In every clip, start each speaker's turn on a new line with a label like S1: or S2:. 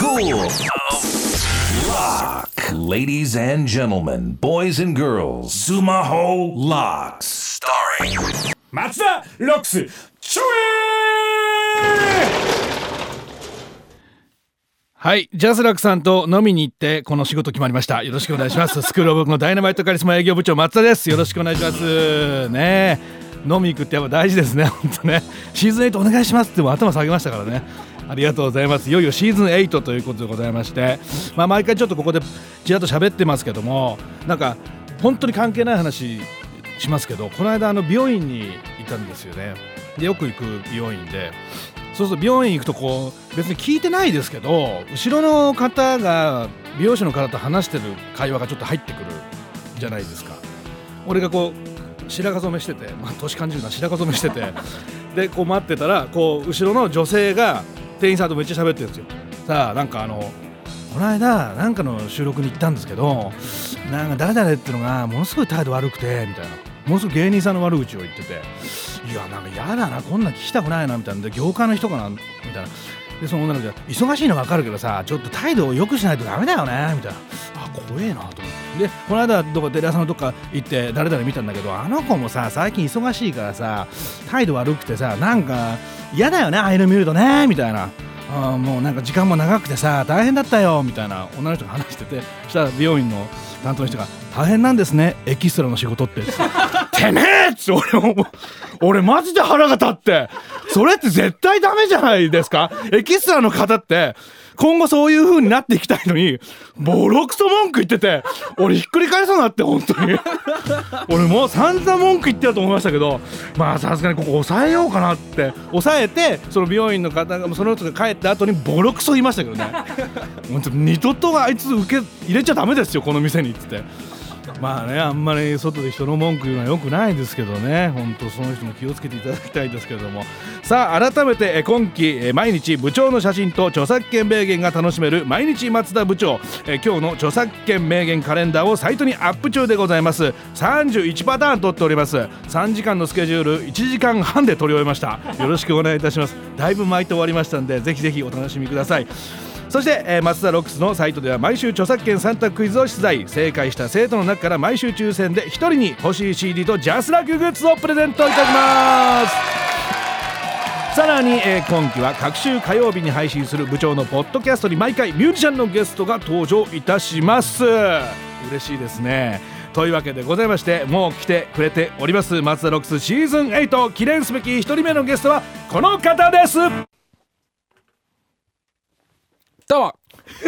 S1: Rule Lock. Ladies and gentlemen, boys and girls, Sumaho Locks. Starring
S2: 松田ロックスチョエ
S3: はい。ジャスラックさんと飲みに行って、この仕事決まりました。よろしくお願いします。スクールオブロックのダイナマイトカリスマ営業部長、松田です。よろしくお願いします。ねえ飲み行くってやっぱ大事ですね。本当ね。シーズン8お願いしますってもう頭下げましたからね。ありがとうございます。いよいよシーズン8ということでございまして、まあ毎回ちょっとここでちらっと喋ってますけども、なんか本当に関係ない話しますけど、この間あの病院にいたんですよね。でよく行く美容院で、そうすると病院行くとこう別に聞いてないですけど後ろの方が美容師の方と話してる会話がちょっと入ってくるじゃないですか俺がこう白髪染めしてて、まあ、年感じるな白髪染めして てでこう待ってたらこう後ろの女性が店員さんとめっちゃ喋ってるんですよさあなんかあのこの間なんかの収録に行ったんですけどなんか誰々ってのがものすごい態度悪くてみたいなものすごい芸人さんの悪口を言ってていやなんか嫌だなこんなん聞きたくないなみたいなんで業界の人かなみたいなでその女の子が「忙しいの分かるけどさちょっと態度を良くしないとダメだよね」みたいなあ怖えなと思ってでこの間どこテレ朝のどっか行って誰々見たんだけどあの子もさ最近忙しいからさ態度悪くてさなんか嫌だよねああいうの見るとねみたいな。あーもうなんか時間も長くてさ大変だったよみたいな女の人が話しててそしたら美容院の担当の人が「大変なんですねエキストラの仕事って」てめえっつって俺も、俺マジで腹が立って、それって絶対ダメじゃないですかエキストラの方って、今後そういう風になっていきたいのに、ボロクソ文句言ってて、俺ひっくり返そうになって、本当に。俺もう散々文句言ってたと思いましたけど、まあさすがにここ抑えようかなって、抑えて、その美容院の方が、その人が帰った後にボロクソ言いましたけどね。もうちょっと二度とあいつ受け入れちゃダメですよ、この店にっつって。まあねあんまり外で人の文句言うのは良くないですけどね本当その人も気をつけていただきたいですけれどもさあ改めてえー今期えー毎日部長の写真と著作権名言が楽しめる毎日松田部長えー今日の著作権名言カレンダーをサイトにアップ中でございます31パターン撮っております3時間のスケジュール1時間半で撮り終えましたよろしくお願いいたしますだいぶ巻いて終わりましたんでぜひぜひお楽しみくださいそして、えー、マツダロックスのサイトでは毎週著作権3択クイズを出題正解した生徒の中から毎週抽選で1人に欲しい CD とジャスラックグッズをプレゼントいたしますさらに、えー今期は各週火曜日に配信する部長のポッドキャストに毎回ミュージシャンのゲストが登場いたします嬉しいですねというわけでございましてもう来てくれておりますマツダロックスシーズン8記念すべき1人目のゲストはこの方です
S4: どうも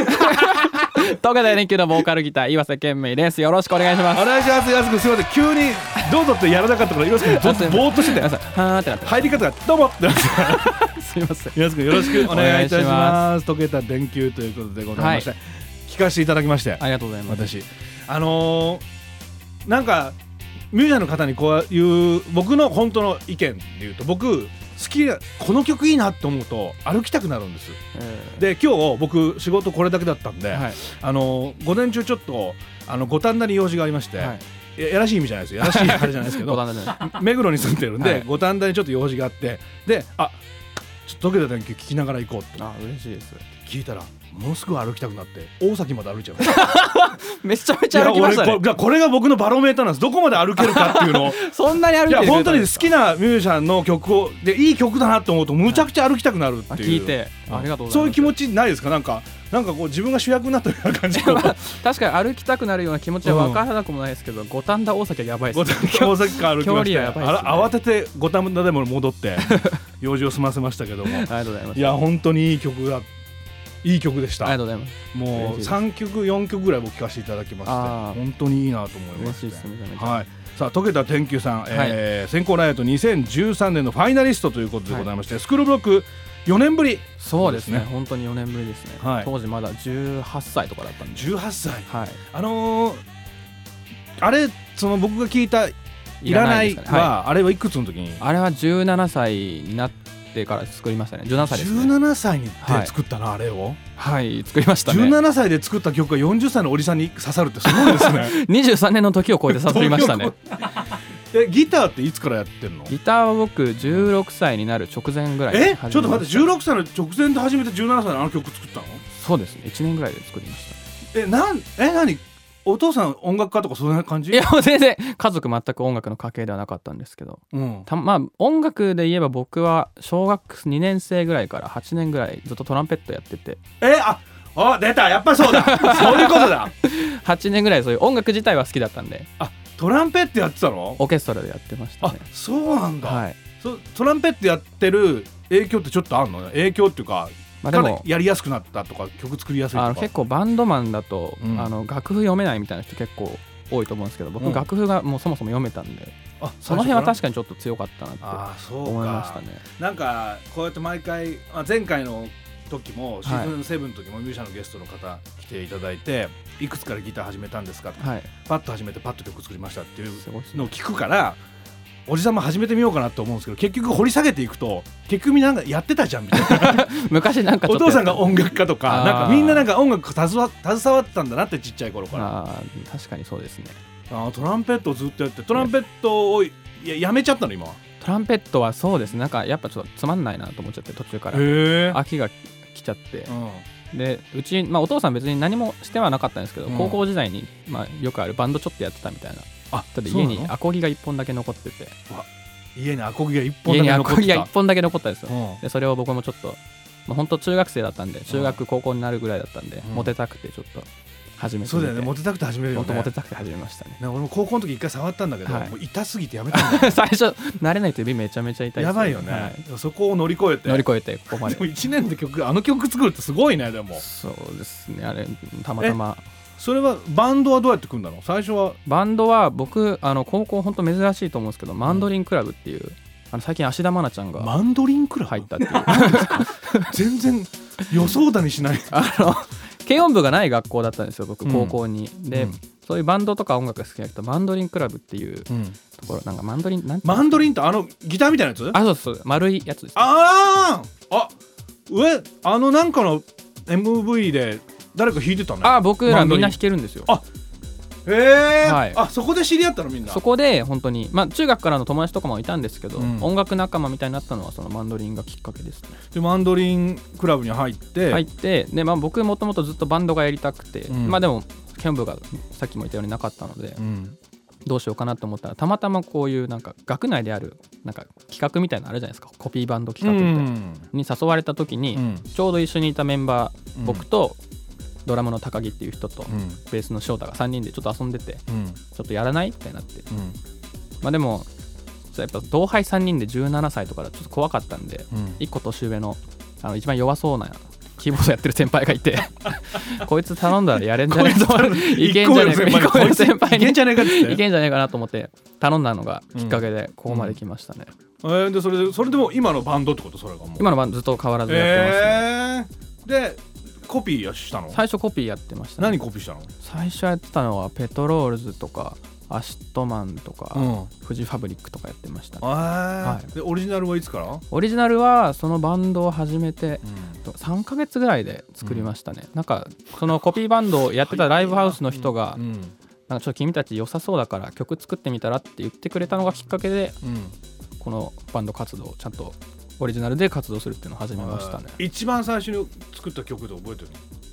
S4: 東海大連休のボーカルギター岩瀬健明ですよろしくお願いしま
S3: お
S4: す
S3: 願いします、やすくん、すみません、急にどうぞってやらなかったから、よろしく、ぼ
S4: あすいません
S3: ぼーっとしてて
S4: ごめん、なさいはーってなって
S3: 入り方が、どうもってなってた、
S4: ますすいません
S3: やすくん、よろしくお願いいたし
S4: お願いし
S3: ま。
S4: ます
S3: 溶けた電球ということでございまして、
S4: は
S3: 聞かせていただきまして、
S4: ありがとうございます
S3: 私、あのーなんか、ミュージシャンの方にこういう、僕の本当の意見で言うと、僕、好きな、この曲いいなと思うと、歩きたくなるんです。
S4: え
S3: で、今日僕、仕事これだけだったんで、
S4: ーはい
S3: あのー午前中、ちょっと、あの五反田に用事がありまして、
S4: はい
S3: いややらしい意味じゃないですよやらしいあれじゃないですけ
S4: 五
S3: ど
S4: 反田じゃない
S3: 目黒に住んでるん
S4: は
S3: で
S4: い
S3: 五反田にちょっと用事があってであちょっと溶けた電球聞きながら行こうって
S4: あ嬉しいです
S3: 聞いたらものすごい歩きたくなって大崎まで歩いちゃう
S4: めちゃめ
S3: い
S4: ちゃ
S3: や
S4: 歩きま
S3: 俺
S4: したね
S3: これ これが僕のバロメーターなんですどこまで歩けるかっていう のを
S4: そんなに歩い
S3: い
S4: て
S3: や
S4: る
S3: 本当に好きなミュージシャンの曲をでいい曲だなと思うとむちゃくちゃ歩きたくなるって
S4: あ
S3: いう、
S4: 聞いて
S3: うん
S4: ありがとうございます
S3: そういう気持ちないですかなんかなんかこう自分が主役になったような感じ の
S4: 確かに歩きたくなるような気持ちは分からなくもないですけど五反田大崎はやばいで
S3: 五
S4: す
S3: 反 田大崎から歩きま
S4: 距
S3: して
S4: 離はやばいですね
S3: あら慌てて五反田でも戻って 用事を済ませましたけども
S4: ありがとうございま
S3: い
S4: す
S3: や本当にいい曲がいい曲でし
S4: ありが
S3: た
S4: とうございます嬉し
S3: も
S4: いうです
S3: 3曲4曲ぐらいも聴かせていただきまし
S4: あー
S3: て本当にいいなと思いま
S4: 嬉
S3: す
S4: しいですめちゃめちゃ
S3: はいさあ溶けた天球さん、えー、先行ライト2013年のファイナリストということでございまして、スクールブロック4年ぶり
S4: そうですね
S3: そうです
S4: 本当に4年ぶりですね
S3: はい
S4: 当時まだ18歳とかだったんで
S3: 18歳
S4: はい
S3: あのー、あれその僕が聞いた「いらない」
S4: です
S3: は
S4: かねは
S3: あれはいくつの時に
S4: いあれは17歳になってから作りましたね17歳ですね
S3: 17歳にで
S4: はい
S3: 作ったな、あれを
S4: はい作りましたね
S3: 17歳で作った曲が40歳のおじさんに刺さるってすごいですね
S4: 23年の時を超えてさすりましたね
S3: えギターっていつからやってんの
S4: ギターは僕16歳になる直前ぐらい
S3: えちょっと待って
S4: て
S3: 16歳の直前で始めて17歳であの曲作ったの
S4: そうですね1年ぐらいで作りまし
S3: えなんえ何お父さん音楽家とかそんな感じ
S4: たいやもう全然家族全く音楽の家系ではなかったんですけど
S3: うん、
S4: たまあ音楽で言えば僕は小学2年生ぐらいから8年ぐらいずっとトランペットやってて
S3: えああ出たやっぱ そうだそういうことだ
S4: 8年ぐらいそういう音楽自体は好きだったんで
S3: トランペットやってたの
S4: オーケストラでやってました
S3: あ
S4: ね
S3: そうなんだ、
S4: はい、
S3: そトランペットやってる影響ってちょっとあんの影響っていうか
S4: まあ、で
S3: かなり
S4: も
S3: やりやすくなったとか曲作りやすいと
S4: あ
S3: か
S4: の結構バンドマンだと、
S3: うん
S4: あの楽譜読めないみたいな人結構多いと思うんですけど僕、
S3: うん
S4: 楽譜がもうそもそも読めたんで
S3: あ
S4: その辺は確
S3: か
S4: かにちょっと強かったなって
S3: あーそうか
S4: 思いましたね
S3: なんかこうやって毎回、まあ、前回の時もシーズン7の時もミュージシャンのゲストの方来ていただいて「いくつからギター始めたんです か?」
S4: はい
S3: パッと始めてパッと曲作りましたっていう
S4: すごいです
S3: の
S4: ね
S3: を聞くからおじさんも始めてみようかなと思うんですけど結局掘り下げていくと結局なんかやってたじゃん みたいな
S4: 昔なんかちょ
S3: お
S4: っと
S3: 父さん
S4: や
S3: が
S4: っ
S3: 音楽家とか
S4: あー
S3: なんかみんななんか音楽携わ携わってたんだなってちっちゃい頃から
S4: あー確かにそうですね
S3: あートランペットをずっとやってトランペットをいややめちゃったの今は
S4: トランペットはそうですねなんかやっぱちょっとつまんないなと思っちゃって途中から
S3: え
S4: 秋が来ちゃって
S3: うん
S4: でうち、まあ、お父さん別に何もしてはなかったんですけど、
S3: うん
S4: 高校時代に、まあ、よくあるバンドちょっとやってたみたいな
S3: あ
S4: ただ
S3: そう
S4: 家
S3: なの
S4: にアコギが1本だけ残ってて
S3: 家にアコギが一本だ
S4: 家に
S3: け
S4: ア
S3: 残
S4: コ
S3: って
S4: ギ
S3: た
S4: が1本だけ残ったんですよ
S3: うん
S4: でそれを僕もちょっと、まあ、本当中学生だったんで中学高校になるぐらいだったん
S3: ん
S4: で、モテたくてちょっと始めてみて
S3: そうだよねモテたくて始めるよ
S4: 本当モ
S3: ね
S4: テたくて始めましたね
S3: なんか俺も高校の時一回触ったんだけど、
S4: はい
S3: もう痛すぎてやめたんだよ
S4: 最初慣れないと指めちゃめちゃ痛いです
S3: やばいよね、
S4: は
S3: そこを乗り越えて
S4: 乗り越えてここま
S3: で
S4: で
S3: も1年で曲あの曲作るってすごいねでも
S4: そうですねあれたまたま
S3: それはバンドはどうやって組んだの最初は
S4: バンドは僕あの高校本当珍しいと思うんですけどマンドリンクラブっていうあの最近芦田愛菜ちゃんが
S3: マンドリンクラブ
S4: 入ったっていう
S3: 全然予想だにしない
S4: あの軽音部がない学校だったんですよ僕
S3: うん
S4: 高校に、で、
S3: うん
S4: そういうバンドとか音楽が好きな人マンドリンクラブって いうと
S3: うん
S4: ころなんかマンドリンなんて
S3: マンドリンってあのギターみたいなやつ
S4: あそうそう丸いやつです
S3: あーあ上あのなんかの MV で誰か弾いてたね
S4: あ僕
S3: マ
S4: ら
S3: ンドリ
S4: みん
S3: ン
S4: な弾けるんですよ
S3: あへえ、
S4: はい
S3: あそこで知り合ったのみんな
S4: そこで本当にまあ中学からの友達とかもいたんですけど、
S3: うん
S4: 音楽仲間みたいになったのはそのマンドリンがきっかけですね
S3: でマンドリンクラブに入って、
S4: 入ってで、まあ、僕もともとずっとバンドがやりたくて、
S3: うん
S4: まあでも剣舞がさっきも言ったようになかったので、
S3: うん
S4: どうしようかなと思ったらたまたまこういうなんか学内であるなんか企画みたいなのあるじゃないですかコピーバンド企画みたいな、に誘われた時に、
S3: うん
S4: ちょうど一緒にいたメンバー、
S3: うん
S4: 僕とドラムの高木っていう人と、
S3: うん
S4: ベースの翔太が3人でちょっと遊んでて
S3: うん
S4: ちょっとやらないみたいになって
S3: うん
S4: まあでもやっぱ同輩3人で17歳とかだとちょっと怖かったんで、
S3: うん
S4: 1個年上のあの一番弱そうなキーボードやってる先輩がいて こいつ頼んだらやれんじゃねえといけんじゃねえか
S3: 一個上の先輩
S4: いけんじゃ
S3: ねえかっつっ
S4: いけんじゃねえかなと思って頼んだのがきっかけでここまで来ましたね、
S3: えー、でそれでそれでも今のバンドってことそれがもう
S4: 今のバンドずっと変わらずやってますね、
S3: えー、でコピーはしたの
S4: 最初コピーやってました、ね、
S3: 何コピーしたの
S4: 最初やってたのはペトロールズとかアシットマンとか、
S3: ん
S4: フジファブリックとかやってました、ね、
S3: あ
S4: は
S3: ーでオリジナルはいつから、
S4: オリジナルはそのバンドを始めて
S3: うん
S4: 3ヶ月ぐらいで作りましたね、なんかそのコピーバンドをやってたライブハウスの人が
S3: うん
S4: なんかちょっと君たち良さそうだから曲作ってみたらって言ってくれたのがきっかけでこのバンド活動をちゃんとオリジナルで活動するっていうのを始めましたね
S3: あー一番最初に作った曲で覚えてる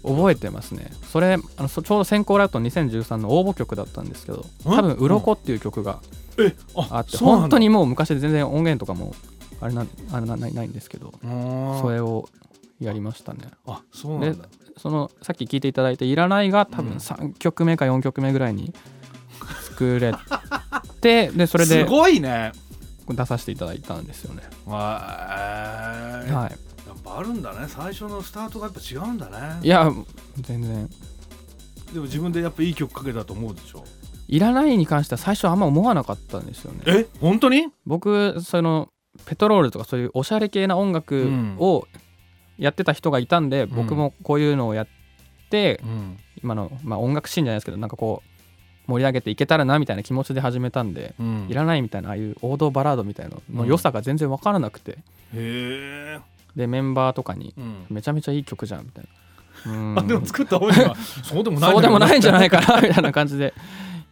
S4: 覚えてますねそれあのそちょうど先行ラウト2013の応募曲だったんですけど多分「うろこ」っていう曲が
S3: のえあ
S4: あって
S3: そうなんだ
S4: 本当にもう昔で全然音源とかもあれなんあれなないないんですけど
S3: うーん
S4: それをやりましたね
S3: あそうなんだ
S4: そのさっき聞いていただいた「いらない」が多分3曲目か4曲目ぐらいに作れ てでそれです
S3: ごいね
S4: 出させていただいたんですよね
S3: わー
S4: はい
S3: やっぱあるんだね最初のスタートがやっぱ違うんだ
S4: い
S3: ね
S4: や全然
S3: でも自分でやっぱいい曲かけたと思うでしょ
S4: いらないに関しては最初あんま思わなかったんですよね
S3: え本当に
S4: 僕そのペトロールとかそういうおしゃれ系な音楽をやってた人がいたんで、
S3: ん
S4: 僕もこういうのをやって
S3: うん
S4: 今の、まあ、音楽シーンじゃないですけどなんかこう盛り上げていけたらなみたいな気持ちで始めたんで、
S3: うん
S4: いらないみたいなああいう王道バラードみたいなの
S3: う
S4: の
S3: ん
S4: 良さが全然分からなくて、
S3: へえ
S4: でメンバーとかに
S3: うん
S4: めちゃめちゃいい曲じゃんみたいな。うん
S3: あでも作った本人はそうでもない
S4: そうでもな いいんじゃないかなみたいな感じで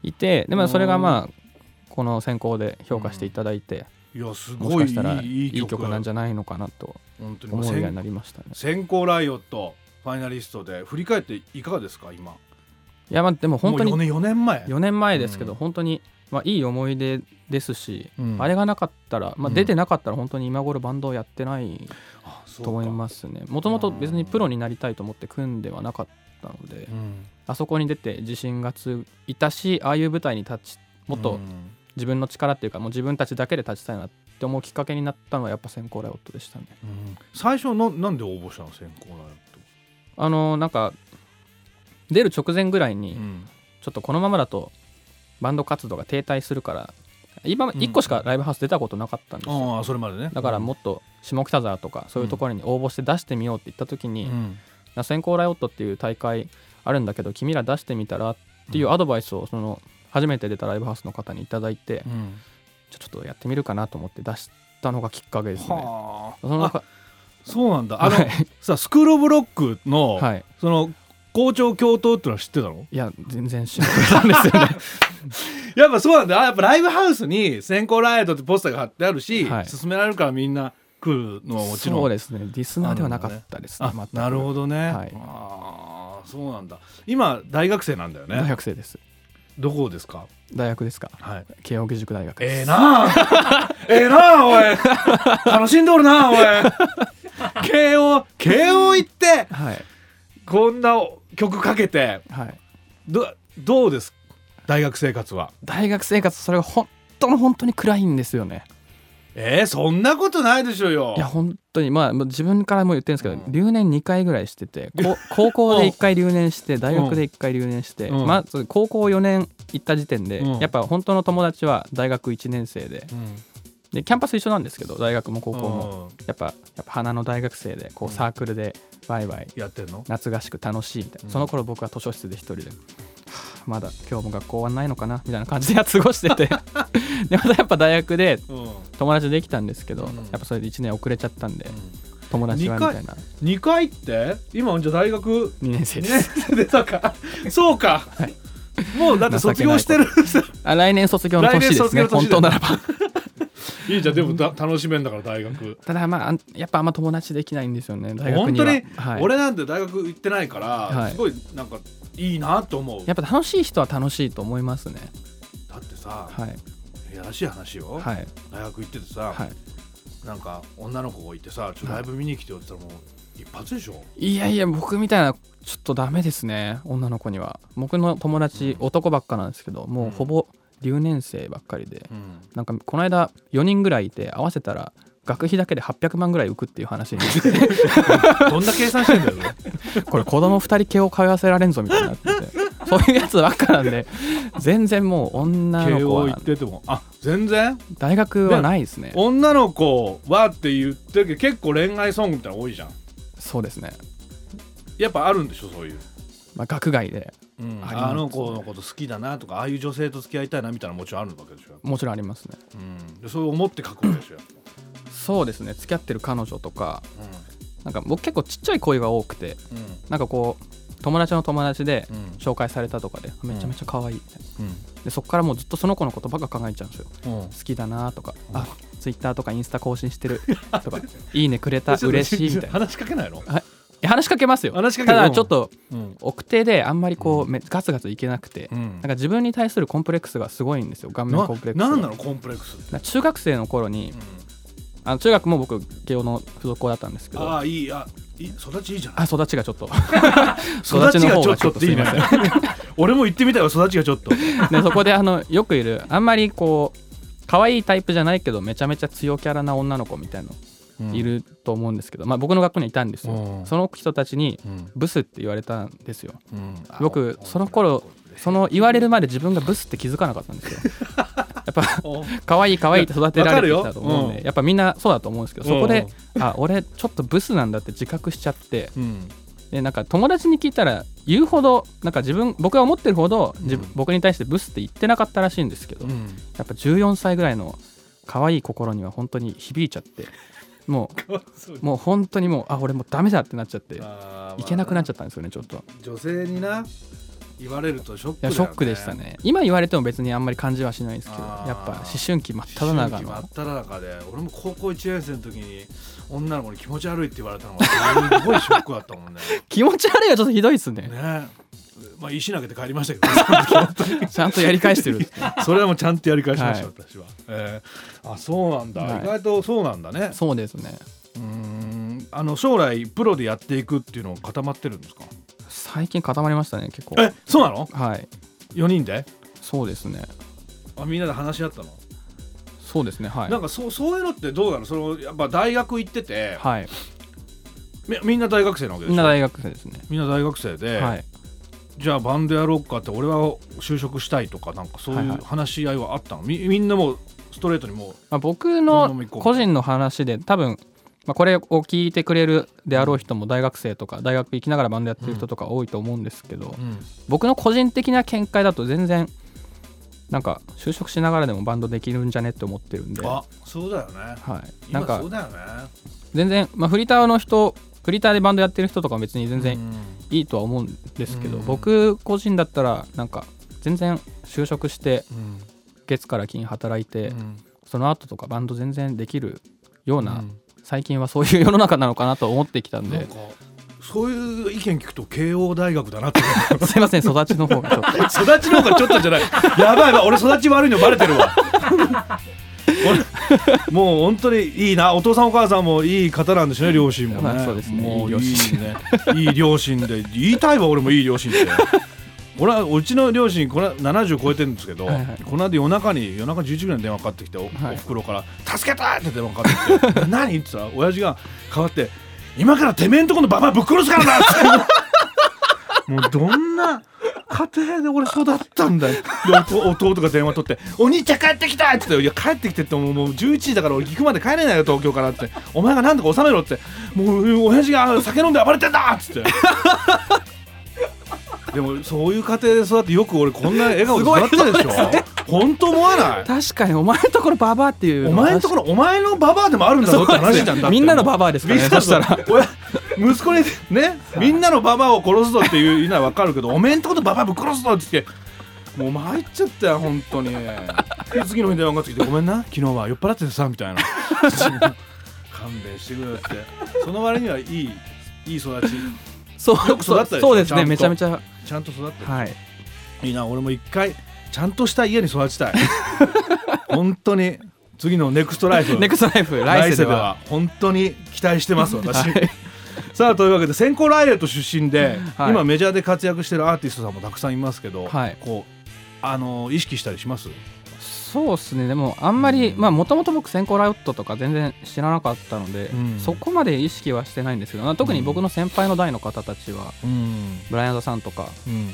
S4: いてでもそれがまあこの選考で評価していただいて、
S3: いやす
S4: もし
S3: ごい
S4: かしたら
S3: い
S4: い
S3: いいい
S4: い曲なんじ
S3: ゃ
S4: ゃないのかなと
S3: 本当にも
S4: 思
S3: う
S4: うようにな
S3: 先
S4: りましたね。
S3: 先行ライオットファイナリストで振り返っていかがですか今
S4: いやまあでも本当に
S3: もう4年 ,4 年前
S4: 4年前ですけ
S3: う
S4: ど
S3: ん
S4: 本当にまあいい思い出ですし、
S3: うん
S4: あれがなかったら、ま
S3: う
S4: あ、
S3: ん
S4: 出てなかったら本当に今頃バンドをやってない
S3: あそう
S4: と思いますねもともと別にプロになりたいと思って組んではなかったので、
S3: すうん
S4: あそこに出て自信がついたしああいう舞台に立ちもっ
S3: う
S4: と
S3: ん
S4: 自分の力っていうかもう自分たちだけで立ちたいなって思うきっかけになったのはやっぱ先行ライオットでしたね
S3: うん最初のなんで応募したの先行ライオット
S4: あのなんか出る直前ぐらいに、
S3: うん
S4: ちょっとこのままだとバンド活動が停滞するから今
S3: うん
S4: 1個しかライブハウス出たことなかったんですよ、
S3: ああそれまでね
S4: だからもっと下北沢とかそういうところに応募して出してみようって言った時
S3: う
S4: に
S3: ん
S4: 「な先行ライオット」っていう大会あるんだけど君ら出してみたらっていうアドバイスをその初めて出たライブハウスの方にいただいて
S3: うん
S4: じゃあちょっとやってみるかなと思って出したのがきっかけですね
S3: は
S4: その
S3: あ
S4: 中
S3: そうなんだあの
S4: はい
S3: さスクール・オブ・ロックの、
S4: はい
S3: その校長教頭ってのは知ってた の
S4: いや全然知らないですよね
S3: やっぱそうなんだあやっぱライブハウスに先行ライトってポスターが貼ってあるし、
S4: はい
S3: 勧められるからみんな来るのはもちろん
S4: そうですねリスナーではなかったですね
S3: あ
S4: 全く
S3: なるほどね、
S4: はい
S3: ああそうなんだ今大学生なんだよ
S4: 大
S3: ね
S4: 学生です
S3: どこですか
S4: 大学ですか
S3: はい
S4: 慶應義塾大学です
S3: ええなあ ええなあおい楽しんどるなあおい慶応慶応行って
S4: はい
S3: こんな曲かけて
S4: はい
S3: どどうです大学生活は
S4: 大学生活それが本当の本当に暗いんですよね
S3: えー、そんなことないでしょうよ
S4: いや本当にまあもう自分からも言ってるんですけど、
S3: うん
S4: 留年2回ぐらいしてて こ高校で1回留年して大学で1回留年して、
S3: うん
S4: まず高校4年行った時点で、
S3: うん
S4: やっぱ本当の友達は大学1年生ででキャンパス一緒なんですけど大学も高校も、
S3: うん
S4: やっぱやっぱ花の大学生でこうサークルでバイバイ
S3: やってんの
S4: 夏合宿楽しいみたい
S3: う
S4: な、
S3: ん
S4: その頃僕は図書室で一人ではあまだ今日も学校終わんないのかなみたいな感じで過ごし ててでまたやっぱ大学で
S3: うん
S4: 友達できたんですけど、
S3: うん
S4: やっぱそれで1年遅れちゃったんで友達はみたいな
S3: 2回って今じゃあ大学
S4: 2年生
S3: 2
S4: で
S3: 年
S4: す、
S3: 生でたかそうか、もうだって卒業してる
S4: あ来年卒業の年で
S3: 来年卒
S4: すね
S3: 業の
S4: 本
S3: 年だ
S4: 当ならば
S3: いいじゃんでもだ楽しめんだから大学
S4: ただまああんやっぱあんま友達できないんですよね大学
S3: 本
S4: に
S3: 当
S4: は
S3: に、
S4: はい、
S3: 俺なんて大学行ってないから、
S4: はい
S3: すごいなんかいいなと思う
S4: やっぱ楽しい人は楽しいと思いますね
S3: だってさ、
S4: はい
S3: い、やらしい話よ、
S4: はい
S3: 大学行っててさ、
S4: は
S3: なんか女の子がいてさちょっとライブ見に来てよって言ったらもう一発でしょ、
S4: いいやいや僕みたいなちょっとダメですね女の子には僕の友達男ばっかなんですけどもうほぼ留年生ばっかりで
S3: うん
S4: なんかこの間4人ぐらいいて合わせたら学費だけで800万ぐらい浮くっていう話になって
S3: どんな計算してんだよね
S4: これ子供2人毛を通わせられんぞみたいになっててそういうやつばっかなんで全然もう女の
S3: 慶
S4: 子
S3: 応行
S4: は
S3: っててもあ全然
S4: 大学はないですね
S3: 女の子はって言ってるけど結構恋愛ソングみたいなの多いじゃん
S4: そうですね、
S3: やっぱあるんでしょそういう、
S4: まあ、学外であります
S3: あの子のこと好きだなとかああいう女性と付き合いたいなみたいなのもちろんあるわけでしょ、
S4: もちろんありますね
S3: うん、でそう思って書くわけでしょやっ
S4: そうですね付き合ってる彼女とか
S3: ぱ
S4: なんか僕結構ちっちゃい恋が多くて
S3: うん
S4: なんかこう友達の友達で
S3: うんうん
S4: 紹介されたとかで
S3: ん
S4: めちゃめちゃ可愛いみたいなでそこからもうずっとその子のことばっか考えちゃうんですよ
S3: うんうん
S4: 好きだなとかあツイッターとかインスタ更新してると かいいねくれた嬉しいみ たいな
S3: 話しかけないの
S4: え話しかけますよ
S3: 話しかけ
S4: た
S3: る
S4: だちょっと
S3: うん
S4: 奥手であんまりこう、めガツガツいけなくて、
S3: う
S4: なん
S3: ん
S4: か自分に対するコンプレックスがすごいんですよ顔面
S3: な
S4: コンプレックスが
S3: なんなのコンプレックスって
S4: な中学生の頃に、あの中学も僕慶応の付属校だったんですけど
S3: あ
S4: あ
S3: あいいあいい育ちいいじゃん
S4: 育ちがちょっと
S3: 育ちがちょっとって
S4: す
S3: い
S4: い
S3: いね
S4: ません
S3: 俺も言ってみたいわ育ちがちょっと
S4: でそこであのよくいるあんまりこう可愛いタイプじゃないけどめちゃめちゃ強キャラな女の子みたいのいると思うんですけど、まあ僕の学校にはいたんですよ、
S3: うん
S4: その人たちに
S3: うん
S4: ブスって言われたんですよ
S3: うん
S4: 僕その頃その言われるまで自分がブスって気づかなかったんですよ やっぱ可愛い可愛いって育てられてきたと思うん
S3: わかるよ
S4: で、
S3: うん
S4: やっぱみんなそうだと思うんですけどそこで、
S3: う
S4: あ俺ちょっとブスなんだって自覚しちゃって
S3: うん
S4: でなんか友達に聞いたら言うほどなんか自分僕が思ってるほど自分、僕に対してブスって言ってなかったらしいんですけど、
S3: う
S4: やっ
S3: ん
S4: ぱ14歳ぐらいの可愛い心には本当に響いちゃってもうもう本当にもうあ俺もうダメだってなっちゃっていけなくなっちゃったんですよねちょっと
S3: 女性にな言われるとショック
S4: い
S3: だよ
S4: や
S3: ね
S4: ショックでしたね今言われても別にあんまり感じはしないですけど
S3: あー
S4: やっぱ思春期真
S3: 思
S4: っ只
S3: 春
S4: 中
S3: 期真っ
S4: の
S3: 只中で俺も高校1年生の時に女の子に気持ち悪いって言われたのがすごいショックだった もんね
S4: 気持ち悪いはちょっとひどいですね
S3: ねまあ石投げて帰りましたけどね
S4: ちゃんとやり返してるっていう
S3: それはもうちゃんとやり返しました、
S4: はい
S3: 私は、えーあそうなんだ、
S4: はい
S3: 意外とそうなんだね
S4: そうですね
S3: うーんあの将来プロでやっていくっていうの固まってるんですか
S4: 最近固まりましたね結構
S3: えそうなの
S4: はい
S3: 4人で
S4: そうですね
S3: あみんなで話し合ったの、
S4: そうですねはい
S3: なんかそうそういうのってどうなのそのやっぱ大学行ってて、
S4: はい
S3: みみんな大学生なわけで
S4: み
S3: し
S4: ん
S3: ょ
S4: な大学生ですね
S3: みんな大学生で、
S4: はい
S3: じゃあバンドやろうかって俺は就職したいとかなんかそう
S4: はい
S3: い
S4: は
S3: う
S4: い
S3: 話し合いはあったの、みみんなもうストレートにもう
S4: まあ、僕
S3: このまま
S4: の
S3: 行こう
S4: 個人の話で多分、まあ、これを聞いてくれるであろう人も大学生とか大学行きながらバンドやってる人とか多いと思うんですけど、僕の個人的な見解だと全然なんか就職しながらでもバンドできるんじゃねって思ってるんで、
S3: あ
S4: は
S3: そうだよね
S4: い、
S3: 今
S4: なん
S3: そ
S4: か
S3: うだよね
S4: 全然、まあ、フリーターの人フリーターでバンドやってる人とかも別に全
S3: う
S4: 然
S3: ん
S4: いいとは思うんですけど、
S3: うん
S4: 僕個人だったらなんか全然就職して
S3: うん
S4: 月から金働いて、
S3: うん
S4: その後とかバンド全然できるような、
S3: うん
S4: 最近はそういう世の中なのかなと思ってきたん
S3: なん
S4: で
S3: かそういう意見聞くと慶応大学だなって思う
S4: すいません育ちの方がちょっと
S3: 育ちの方がちょっとじゃないやばいわ俺育ち悪いのバレてるわ俺もう本当にいいなお父さんお母さんもいい方なんでしょうね両親もね、
S4: まあそうですね
S3: もういい
S4: いい両親
S3: ねいい両親で言いたいわ俺もいい両親って俺はうちの両親これ70超えてるんですけど、
S4: はいはい
S3: この間夜中に夜中11時ぐらいに電話かかってきてお,、
S4: はい
S3: ふくろから「助けて!」って電話かかってき て「何?」って言ったら親父が代わって「今からてめえんとこのババアぶっ殺すからな!」ってもうどんな家庭で俺育ったんだよで弟弟が電話取って「お兄ちゃん帰ってきた!」って言って「いや帰ってきて」ってもうもう11時だから俺行くまで帰れないよ東京からって「お前が何とか収めろ」って「もう親父が酒飲んで暴れてんだ!」っつって。でもそういう家庭で育ってよく俺こんな笑顔で育ったでしょ本当思わない
S4: 確かにお前のところババアっていう
S3: お前のとこ
S4: ろ
S3: ろお前のババアでもあるんだぞって話じゃんだって
S4: みんなのババアですからねそしたら
S3: 親息子にねみんなのババアを殺すぞっていうのは分か るけどおめえんとことババアぶっ殺すぞって言ってもう参っちゃったよ本当にで次の日電話がかかってきて「ごめんな昨日は酔っ払っててさ」みたいな 勘弁してくれよってその割にはいいいい育ち
S4: そう
S3: よく育ったでしょ
S4: そうです
S3: ちゃん
S4: ね
S3: と
S4: めちゃめちゃ
S3: ちゃんと育ってる
S4: はい
S3: いいな俺も一回ちゃんとした家に育ち たい本当に次のネクストライフ
S4: ネクストライフ来世では
S3: 本当に期待して ます私、
S4: はい
S3: さあというわけで先行ライレット出身で、
S4: はい
S3: 今メジャーで活躍してるアーティストさんもたくさんいますけど、
S4: はい
S3: こうあの意識したりします
S4: そうですねでもあんまりまあもともと僕先行ライオットとか全然知らなかったので、
S3: うん
S4: そこまで意識はしてないんですけどまあ特に僕の先輩の代の方たちは、
S3: うん、
S4: ブライアンドさんとか
S3: うん、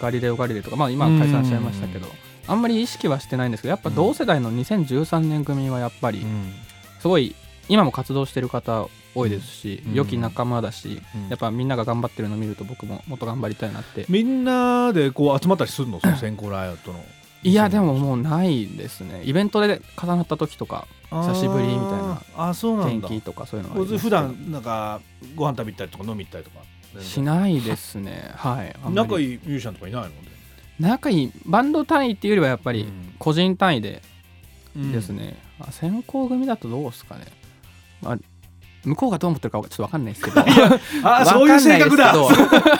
S4: ガリレオ・ガリレイとか、まあ、今は解散しちゃいましたけど、あんまり意識はしてないんですけどやっぱ同世代の2013年組はやっぱりすごい今も活動してる方多いですし、
S3: うん
S4: 良き仲間だし、
S3: うん
S4: やっぱみんなが頑張ってるの見ると僕ももっと頑張りたいなって、
S3: みんなでこう集まったりするのその先行ライレットの
S4: いやでももうないですねイベントで重なった時とか久しぶりみたいな
S3: あーあそうなん
S4: 天
S3: だ
S4: 気とかそういうのはあ
S3: こ
S4: り
S3: い
S4: ますけ
S3: つ
S4: ど
S3: 普段なんかご飯食べ行ったりとか飲み行ったりとか
S4: しないですねはいあんまり
S3: 仲いいミュージシャンとかいないの
S4: 仲いいバンド単位っていうよりはやっぱ
S3: う
S4: り
S3: ん
S4: 個人単位で
S3: で
S4: ですね、あ先行組だとどうですかね、まあ、向こうがどう思ってるかはちょっと分かんないです けど
S3: あ
S4: わ
S3: ー
S4: かん
S3: そう
S4: な
S3: いう
S4: いです
S3: 性
S4: け
S3: 格
S4: ど
S3: だ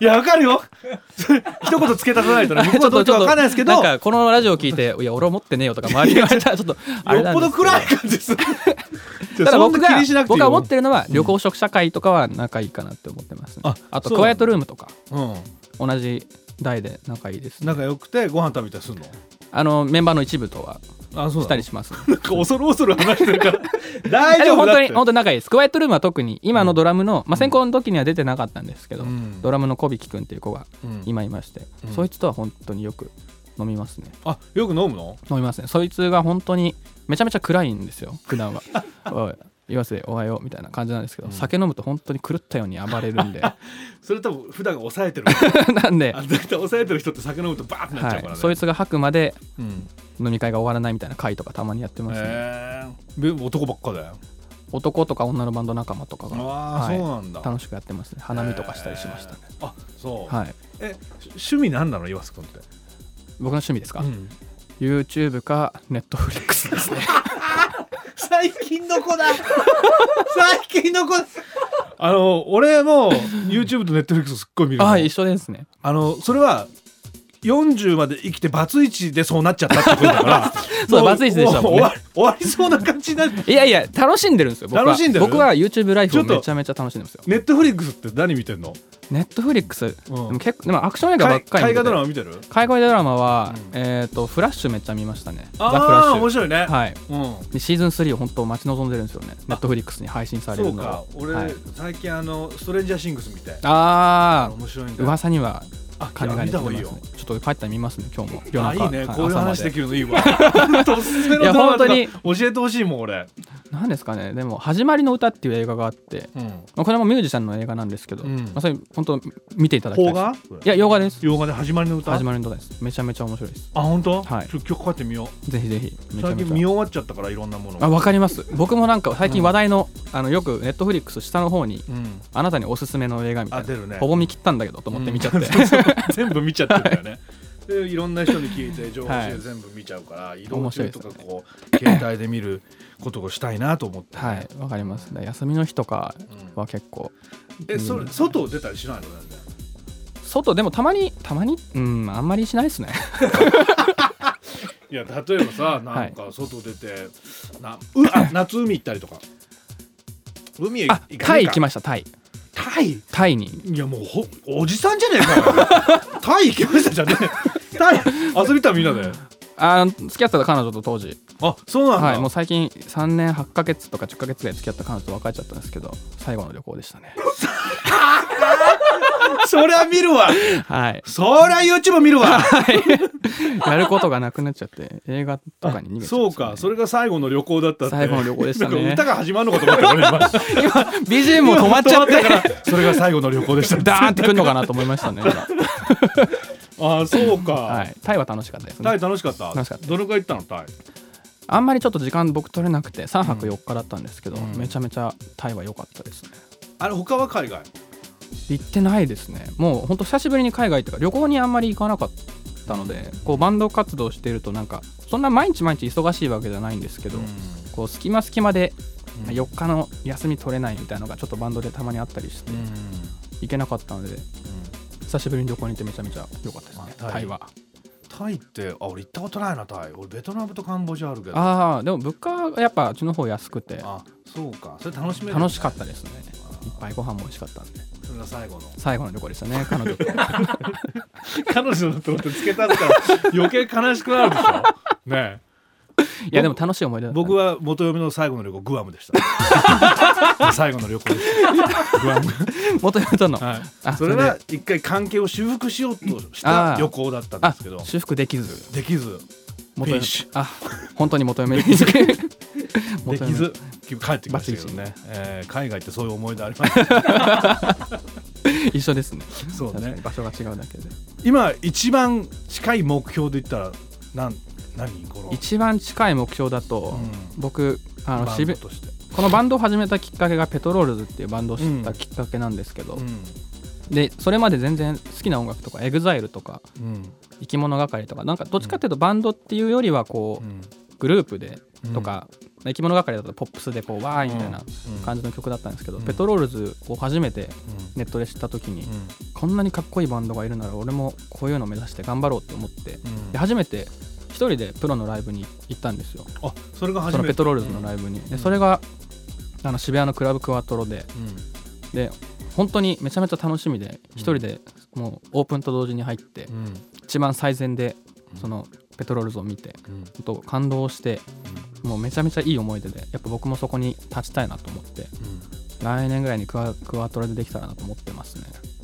S3: いやわかるよ 一言付け足さない とね向こうはどっちかわかんないですけど
S4: な
S3: よ
S4: んかこのラジオ聞い て「いや俺は持ってねえよ」とか周りに言われたらちょっとあれな
S3: っ
S4: ん
S3: ぽ
S4: で
S3: ど
S4: すけど
S3: 暗い感じです
S4: た
S3: た
S4: だ僕が
S3: 気にしなくていい
S4: 僕が
S3: よ
S4: 思ってるのは旅行食社会とかは仲いいかなって思ってますね、
S3: あ
S4: あと
S3: そう
S4: クワイエットルームとか
S3: う
S4: 同じ代で仲いいです、
S3: ん
S4: ね、
S3: 仲良くてご飯食べたりするの
S4: あのメンバーの一部とは
S3: あそう
S4: した
S3: り
S4: りします、ね、
S3: なんか恐る恐る話してる から大
S4: で
S3: 丈
S4: も
S3: 夫
S4: 本
S3: だっ
S4: 当
S3: て
S4: に本当に仲いいですクワイエットルームは特に今のドラムの、まあ、先行の時には出てなかったんですけど、
S3: うん
S4: ドラムの小引くんっていう子が
S3: うん
S4: 今いまして、
S3: うん
S4: そいつとは本当によく飲みますね
S3: あよく飲むの
S4: 飲みますねそいつが本当にめちゃめちゃ暗いんです よ普段はおい岩瀬おはようみたいな感じなんですけど、酒飲むと本当に狂ったように暴れる んで
S3: それ多分普段が抑えてる
S4: なんで、
S3: あ絶対抑えてる人って酒飲むとバーってなっちゃうから
S4: はい、
S3: ね
S4: そいつが吐くまで
S3: うん
S4: 飲み会が終わらないみたいな会とかたまにやってますね、
S3: へえ男ばっかだよ
S4: 男とか女のバンド仲間とかが、
S3: あー
S4: はい
S3: そうなんだ
S4: 楽しくやってますね花見とかしたりしましたね、
S3: あそう
S4: はい
S3: えし趣味なんなの岩瀬君って、
S4: 僕の趣味ですか、YouTube か Netflix ですね
S5: 最近の子だ最近の子だ
S3: あの俺も YouTube と Netflix すっごい見るの
S4: ああ一緒ですね
S3: あのそれは40まで生きてバツイチでそうなっちゃったってことだから
S4: そうだ
S3: も
S4: バツイチでしたもん
S3: う
S4: ね
S3: 終わり終わりそうな感じになる
S4: いやいや楽しんでるんですよ僕は
S3: 楽しんでる
S4: 僕は YouTube ライフ
S3: ちょ
S4: を
S3: っと
S4: めちゃめちゃ楽しんでますよ
S3: ネットフリックスって何見てんの
S4: Netflix、
S3: うん
S4: でも結構でもアクション映画ばっ
S3: 海
S4: かり見てて
S3: 海外ドラマ見てる
S4: 海外ドラマは、えっ、とフラッシュめっちゃ見ましたねザ・フラ
S3: ああ
S4: ッシ
S3: 面
S4: ュ
S3: 白いね、
S4: はい
S3: うん、
S4: でシーズン3を本当待ち望んでるんですよね Netflix に配信され
S3: そ
S4: る
S3: う
S4: の
S3: か
S4: を
S3: 俺、
S4: はい
S3: 最近あのストレンジャーシングス見て
S4: あ
S3: 面白いん
S4: あ
S3: だよ
S4: 噂には
S3: あ
S4: 金が
S3: 見
S4: 出
S3: た
S4: て
S3: 方
S4: ま
S3: が
S4: す
S3: いい
S4: ね
S3: よ
S4: ちょっと帰ってみますね今日も夜
S3: あ
S4: 中
S3: いいね
S4: は
S3: こういう
S4: 朝ま
S3: 話できるのいい わほんとおすすめの
S4: いや
S3: ドラマとか
S4: 本
S3: 教えてほしいもん俺、
S4: なんですかねでも「始まりの歌」っていう映画があって、
S3: うん、
S4: まあ、これもミュージシャンの映画なんですけど、
S3: うん
S4: まあ、それ本当見ていただきたい
S3: 邦
S4: で
S3: 画
S4: すいや洋画です
S3: 洋画で始まりの歌
S4: 始まりの歌ですめちゃめちゃ面白いです
S3: あ本当？
S4: はい
S3: ちょっと曲こうやってみよ
S4: ぜひぜひ
S3: う
S4: めちゃ
S3: 最
S4: め
S3: 近
S4: ち
S3: 見終
S4: ゃ
S3: わっちゃったからいろんなもの
S4: あ
S3: を
S4: わかります僕もなんか最近話題の,、あのよくネットフリックス下の方に
S3: うん
S4: あなたにおすすめの映画みたい
S3: あ
S4: な
S3: 出るね
S4: ほぼ見切ったんだけどと思って見ちゃって、
S3: うんそうそう全部見ちゃってるんだよねでいろんな人に聞いて情報
S4: は
S3: 集
S4: い
S3: 全部見ちゃうから移動
S4: 面白い
S3: 中
S4: です
S3: と
S4: ね
S3: かこう携帯で見ることをしたいなと思って
S4: はいわかりますね休みの日とかは結構
S3: えそれ外を出たりしないの全然
S4: 外でもたまにたまにうんあんまりしないですね
S3: いや例えば さなんか外出てなうあ夏海行ったりとか海へ 行
S4: あ
S3: かねえか
S4: タイ行きましたタイ
S3: タイ
S4: タイに
S3: いやもうほおじさんじゃねえか よタイ行きましたじゃねえタイ遊びたみんなで
S4: あ付き合ってた彼女と当時
S3: あそうなんだ、
S4: はいもう最近3年8ヶ月とか10ヶ月ぐらい付き合った彼女と別れちゃったんですけど最後の旅行 でしたね
S3: そりゃ見るわ
S4: はい
S3: そりゃ YouTube 見るわ
S4: やることがなくなっちゃって映画とかに逃げちゃ
S3: そうかそれが最後の旅行だったって
S4: 最後の旅行でしたね
S3: なんか歌が始まるのかと思ったよ俺今
S4: BGM も止まっちゃって
S3: からそれが最後の旅行でした
S4: ダーンってくるのかなと思いましたね今
S3: あそうか、
S4: はいタイは楽しかったですね
S3: タイ楽しかった
S4: 楽しかった
S3: どのくらい行ったのタイ
S4: あんまりちょっと時間僕取れなくて3泊4日だったんですけど、めちゃめちゃタイは良かったですね
S3: あれ他は海外
S4: 行ってないですねもうほんと久しぶりに海外とか旅行にあんまり行かなかったのでこうバンド活動してるとなんかそんな毎日毎日忙しいわけじゃないんですけど、こう隙間隙間で4日の休み取れないみたいなのがちょっとバンドでたまにあったりして行けなかったので、久しぶりに旅行に行ってめちゃめちゃ良かったですね
S3: あタイ
S4: タイは
S3: タイってあ俺行ったことないなタイ俺ベトナムとカンボジアあるけど
S4: ああでも物価がやっぱあっちの方安くて
S3: あそうかそれ楽しめるよね
S4: 楽しかったですねいっぱいご飯も美味しかったんで
S3: それが最後の
S4: 最後の旅行でしたね彼女と
S3: 彼女のと思って付け足すから余計悲しくなるでしょね
S4: いやでも楽しい思い出だった
S3: 僕は元嫁の最後の旅行グアムでした 最後の旅行でしたグアム、
S4: 元々の、
S3: はい、
S4: あ
S3: それは一回関係を修復しようとした旅行だったんで
S4: あ
S3: すけど
S4: 修復できず
S3: できず
S4: 元嫁
S3: ピンシ
S4: あ本当に求め にでき
S3: できず帰ってきましたけど
S4: バ
S3: ね、えー海外ってそういう思い出あります
S4: 一緒ですね
S3: そう
S4: 確か
S3: ね
S4: に場所が違うだけで
S3: 今一番近い目標で言ったらなん何この
S4: 一番近い目標だと、
S3: う
S4: 僕あの
S3: バン
S4: し
S3: ド
S4: び
S3: として、
S4: このバンドを始めたきっかけがペトロールズっていうバンドを知ったきっかけなんですけど、でそれまで全然好きな音楽とかエグザイルとか
S3: うん
S4: 生き物係とかなんかどっちかっていうとバンドっていうよりはこう、
S3: うん
S4: グループでとか、生き物係だとポップスでこうわーいみたいな
S3: うん
S4: 感じの曲だったんですけど、
S3: ん
S4: ペトロールズを初めてネットで知った時に、こんなにかっこいいバンドがいるなら俺もこういうのを目指して頑張ろうと思って、
S3: ん
S4: で初めて一人でプロのライブに行ったんですよ
S3: あそれが
S4: そ
S3: 初
S4: の
S3: め
S4: ペ
S3: て
S4: トロールズのライブに、でそれがあの渋谷のクラブクワトロでで本当にめちゃめちゃ楽しみで一人でもうオープンと同時に入って、
S3: うんうん
S4: 一番最善でそのペトロールズを見て、
S3: うん
S4: 本当感動して、もうめちゃめちゃいい思い出でやっぱ僕もそこに立ちたいなと思って来年ぐらいにクワクワトロでできたらなと思ってますね、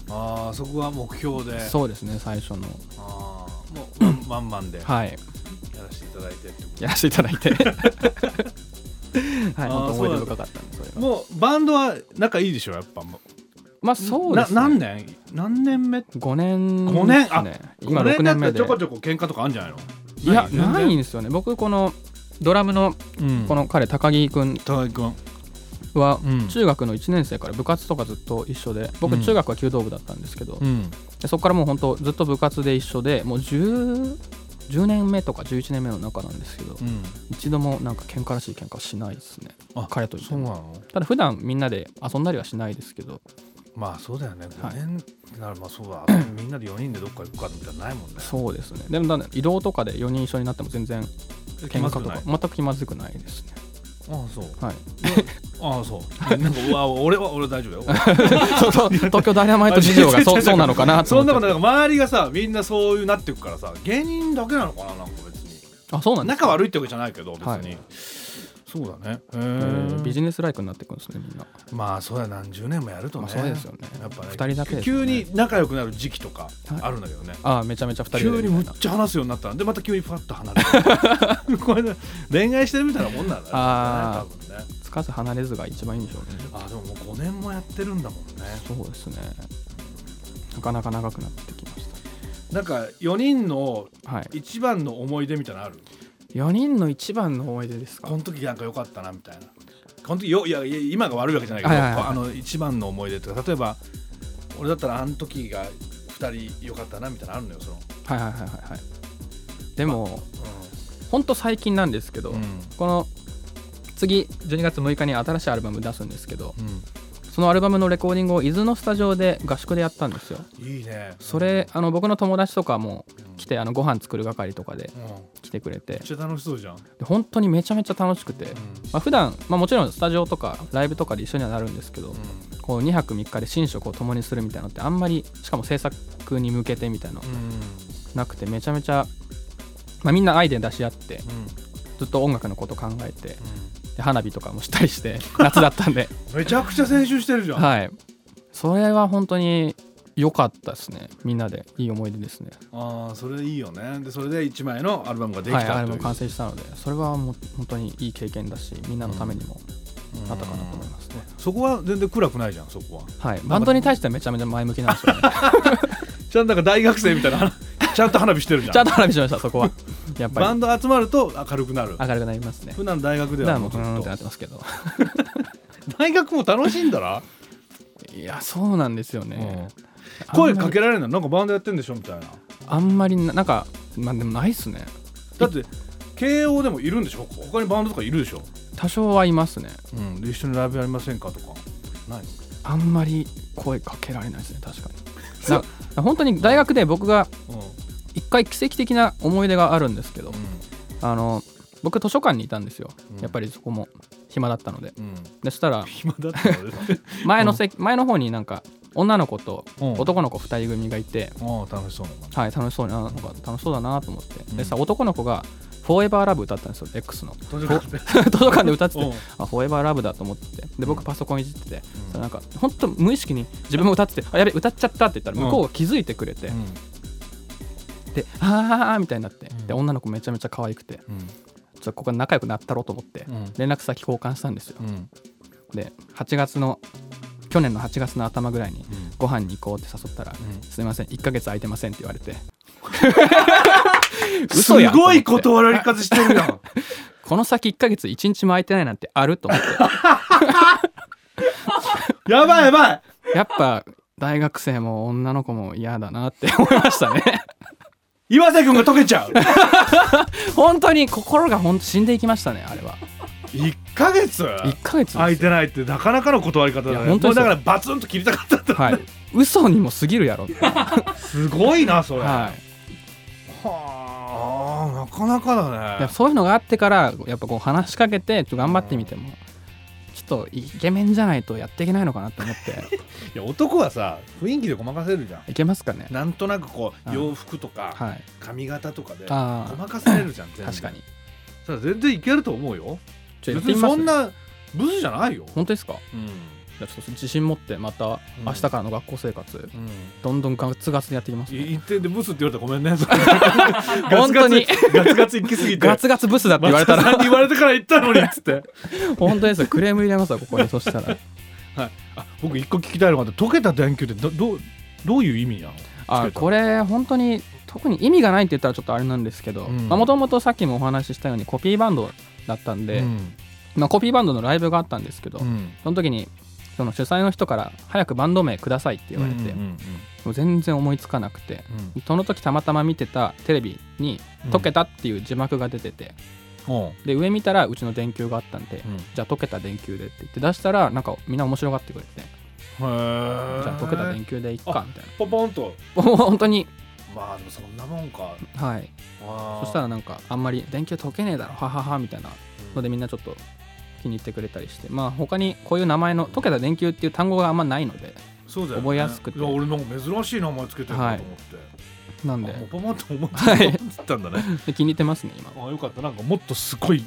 S3: ああそこが目標で
S4: そうですね最初の
S3: あーもうワンワンマンでや
S4: はい
S3: らせていただいてってこ
S4: やらせていただいてはい本当思い出深かったんでそれ
S3: と
S4: は
S3: もうバンドは仲いいでしょやっぱも
S4: まあそう
S3: う
S4: で
S3: な
S4: すね
S3: 何年何年目
S4: 5年
S3: 五年
S4: です
S3: あ
S4: ね今
S3: 今年
S4: 6
S3: だ
S4: 年
S3: っ
S4: 目
S3: て
S4: で
S3: ちょこちょこ喧嘩とかあるんじゃないの
S4: いや
S3: ない
S4: ないんですよね僕このドラムの
S3: うん
S4: この彼高木君
S3: 高木君
S4: は
S3: うん
S4: 中学の1年生から部活とかずっと一緒で僕
S3: うん
S4: 中学は弓道部だったんですけど、
S3: ん
S4: でそこからもう本当ずっと部活で一緒でもう 10, 10年目とか11年目の中なんですけど、
S3: うん
S4: 一度もなんか喧嘩らしい喧嘩はしないですね
S3: あ
S4: 彼と一
S3: そ
S4: 緒
S3: う
S4: に
S3: なの
S4: ただ普段みんなで遊んだりはしないですけど
S3: まあそうだよね5
S4: はい
S3: 年ならまあそうだ あとみんなで4人でどっか行くかみたいなのないもんね
S4: そうですねでもだね移動とかで4人一緒になっても全然喧嘩と
S3: く
S4: か
S3: ない
S4: 全く気まずくないですね
S3: ああそう
S4: はい
S3: ああそうなんかうわ俺は俺大丈夫 よ
S4: そうそう東京ダイナマイト事情 がそうそうなのかなと
S3: そ
S4: 思
S3: ん
S4: っ
S3: な
S4: て
S3: ことないなんか周りがさみんなそういうなってくからさ芸人だけなのかななんか別に
S4: あそうなんです
S3: 仲悪いってわけじゃないけど別に、
S4: はい
S3: そうだねへ
S4: えー
S3: ー
S4: ビジネスライクになっていくんですねみんな
S3: まあそうや何十年もやるとね、
S4: まあそうですよね
S3: やっぱね
S4: 二人だけですよ
S3: 急
S4: ね
S3: に仲良くなる時期とか
S4: はい
S3: あるんだけどね、
S4: あめちゃめちゃ2人で
S3: 急にむ
S4: み
S3: った
S4: いな
S3: ちゃ話すようになったんでまた急にふわっと離れる これね恋愛してるみたいなもんなんだよね多
S4: あ
S3: 分ね
S4: つかず離れずが一番いいんでしょうね
S3: あでももう5年もやってるんだもんね
S4: そうですねなかなか長くなってきまし
S3: なんか4人の
S4: たはい
S3: 一番の思い出みたいなのある
S4: 4人の一番の思い出ですか
S3: この時なんか良かったなみたいなこの時よいやいや今が悪いわけじゃないけど、
S4: はいはいはい
S3: こうあの一番の思い出とか例えば俺だったらあの時が2人良かったなみたいなのあるのよその、
S4: はいはいはいはいはいでもほんと最近なんですけど、
S3: うん
S4: この次12月6日に新しいアルバム出すんですけど
S3: うん
S4: そのアルバムのレコーディングを伊豆のスタジオで合宿でやったんですよ
S3: いいね
S4: それあの僕の友達とかも来てあのご飯作る係とかで
S3: うんめっ
S4: 来てくれて
S3: ちゃ楽しそうじゃん、
S4: で本当にめちゃめちゃ楽しくて、まあ普段まあもちろんスタジオとかライブとかで一緒にはなるんですけど、こう2泊3日で寝食を共にするみたいなのってあんまりしかも制作に向けてみたいなのなくてめちゃめちゃ、まあ、みんなアイデア出し合ってずっと音楽のこと考えてで花火とかもしたりして 夏だったんで、
S3: めちゃくちゃ練習してるじゃん、
S4: はい、それは本当に良かったですねみんなでいい思い出ですね
S3: ああそれいいよねでそれで1枚のアルバムができ
S4: はいあ
S3: た
S4: れ
S3: とい
S4: も
S3: う、
S4: 完成したのでそれはもう本当にいい経験だしみんなのためにもなったかなと思いますね、
S3: そこは全然暗くないじゃんそこは
S4: はい、バンドに対してはめちゃめちゃ前向きなんですよね
S3: ちゃんとなんか大学生みたいな ちゃんと花火してる じゃん
S4: ちゃんと話しましたそこはやっ
S3: バ
S4: ぱり
S3: ンド集まると明るくなる
S4: 明るくなりますね
S3: 普段大学で
S4: だか
S3: はもう
S4: らもう
S3: ず
S4: ふ
S3: っ
S4: ーんって
S3: と
S4: なってますけど
S3: 大学も楽しいんだら、
S4: いやそうなんですよ
S3: うん
S4: ね、
S3: 声かけられるのなんかバンドやってんでしょみたいな
S4: あんまりななんかまあでもないっすね
S3: だって慶応でもいるんでしょ他にバンドとかいるでしょ、
S4: 多少はいますね
S3: うん、で一緒にライブやりませんかとかないの
S4: あんまり声かけられないですね確かになな本当に大学で僕が一回奇跡的な思い出があるんですけど、あの僕図書館にいたんですよ、
S3: うん
S4: やっぱりそこも暇だったので
S3: うんうん
S4: でしたら
S3: 暇だったので
S4: 前の席、前の方になんか女の子と
S3: うん
S4: 男の子2人組がいて、
S3: ああ楽しそう な
S4: はい楽しそうななんか楽しそうだなと思って、
S3: うん
S4: でさ男の子が「フォーエバーラブ歌ったんですよ X の
S3: 図書館で
S4: 図書館で歌ってて
S3: うん
S4: あフォーエバーラブだと思っててで僕パソコンいじってて、それなんか本当無意識に自分も歌ってて「あやべ歌っちゃった」って言ったら向こうが気づいてくれて、で「あー」みたいになって、で女の子めちゃめちゃ可愛くてちょっとここが仲良くなったろうと思って、
S3: うん
S4: 連絡先交換したんですよ
S3: うんうん
S4: で8月の去年の8月の頭ぐらいに
S3: ん
S4: ご飯に行こうって誘ったら「
S3: ん
S4: すみません1ヶ月空いてません」って言わ れて
S3: す
S4: 嘘やん
S3: ごい
S4: 思って
S3: 断られ方してるやん
S4: この先1ヶ月1日も空いてないなんてあると思って
S3: やばいやばい
S4: やっぱ大学生も女の子も嫌だなって思いましたね
S3: 岩瀬君が溶けちゃう
S4: 本当に心が本当死んでいきましたねあれは
S3: 一ヶ月
S4: 1ヶ月です
S3: 空いてないってなかなかの断り方
S4: い
S3: だ
S4: や
S3: ねも
S4: 本当
S3: う
S4: です
S3: だか
S4: よ
S3: らバツンと切りたかったんだ
S4: はい嘘にも過ぎるやろって
S3: すごいなそれ
S4: は
S3: はあなかなかだ
S4: い、で
S3: ね
S4: そういうのがあってからやっぱこう話しかけてちょっと頑張ってみてもちょっとイケメンじゃないとやっていけないのかなと思って
S3: いや男はさ雰囲気でごまかせるじゃん
S4: いけますかね
S3: なんとなくこう
S4: うん
S3: 洋服とか
S4: はい
S3: 髪型とかでご
S4: あー
S3: まかされるじゃん全然
S4: 確かに
S3: それ全然いけると思うよ
S4: ち
S3: 別
S4: ょっと
S3: にそん
S4: やってみます
S3: なブスじゃないよ
S4: 本当ですか
S3: うん
S4: じゃあちょっと自信持ってまた明日からの学校生活、
S3: うん
S4: どんどんガツガツでやっていきます、ね、
S3: 一点でブスって言われたらご めんね
S4: 本当に
S3: ガツガツガツガツ行きすぎて
S4: ガツガツブスだって言われた
S3: 松田さん
S4: ら
S3: に言われてから言ったのにっつって
S4: 本当ですよクレーム入れますわここ にそしたら
S3: はい、あ僕一個聞きたいのがあって溶けた電球ってどどうどういう意味なの
S4: あこれ本当に特に意味がないって言ったらちょっとあれなんですけど
S3: うん
S4: もともとさっきもお話ししたようにコピーバンドだったんで、
S3: うん
S4: まあ、コピーバンドのライブがあったんですけど、
S3: うん
S4: その時にその主催の人から「早くバンド名ください」って言われて、
S3: うんう
S4: も
S3: ん
S4: う全然思いつかなくて、その時たまたま見てたテレビに「溶けた」っていう字幕が出てて、
S3: うんうん
S4: で上見たらうちの電球があったんで、
S3: ん
S4: じゃあ溶けた電球でって言って出したらなんかみんな面白がってくれて、
S3: へー
S4: じゃあ溶けた電球でいっかみたい
S5: ポポンと
S4: なもう本当に
S5: まあそんなもんか
S4: はいそしたらなんかあんまり電球溶けねえだろはははみたいなのでみんなちょっと気に入ってくれたりしてまあ他にこういう名前の溶けた電球っていう単語があんまないので
S3: そうだよね
S4: 覚えやすくて
S3: いや俺なんか珍しい名前つけてるなと思って、
S4: なん
S3: あ
S4: で
S3: もうパパンと思って
S4: はい
S3: つったんだね
S4: で気に入ってますね 今
S3: あよかったなんかもっとすごい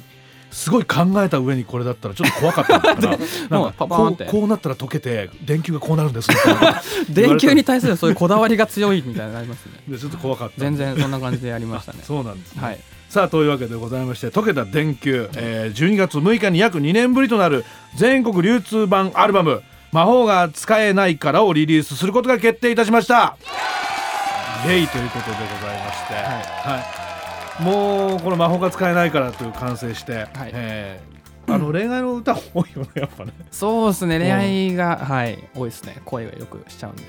S3: すごい考えた上にこれだったらちょっと怖かったんだ からな
S4: もう
S3: んか
S4: パパーンって
S3: こうこうなったら溶けて電球がこうなるんですみたい な
S4: 電球に対するそういうこだわりが強いみたいになりますね
S3: でちょっと怖かった
S4: 全然そんな感じでやりましたね
S3: そうなんですね、
S4: はい
S3: さあというわけでございまして溶けた電球、えー12月6日に約2年ぶりとなる全国流通版アルバム「魔法が使えないから」をリリースすることが決定いたしましたイエイということでございまして、はいもうこの「魔法が使えないから」という完成して、
S4: はい
S3: えーあの恋愛の歌多いよねやっぱね
S4: そうですね恋愛がはい多いですね声がよくしちゃうんで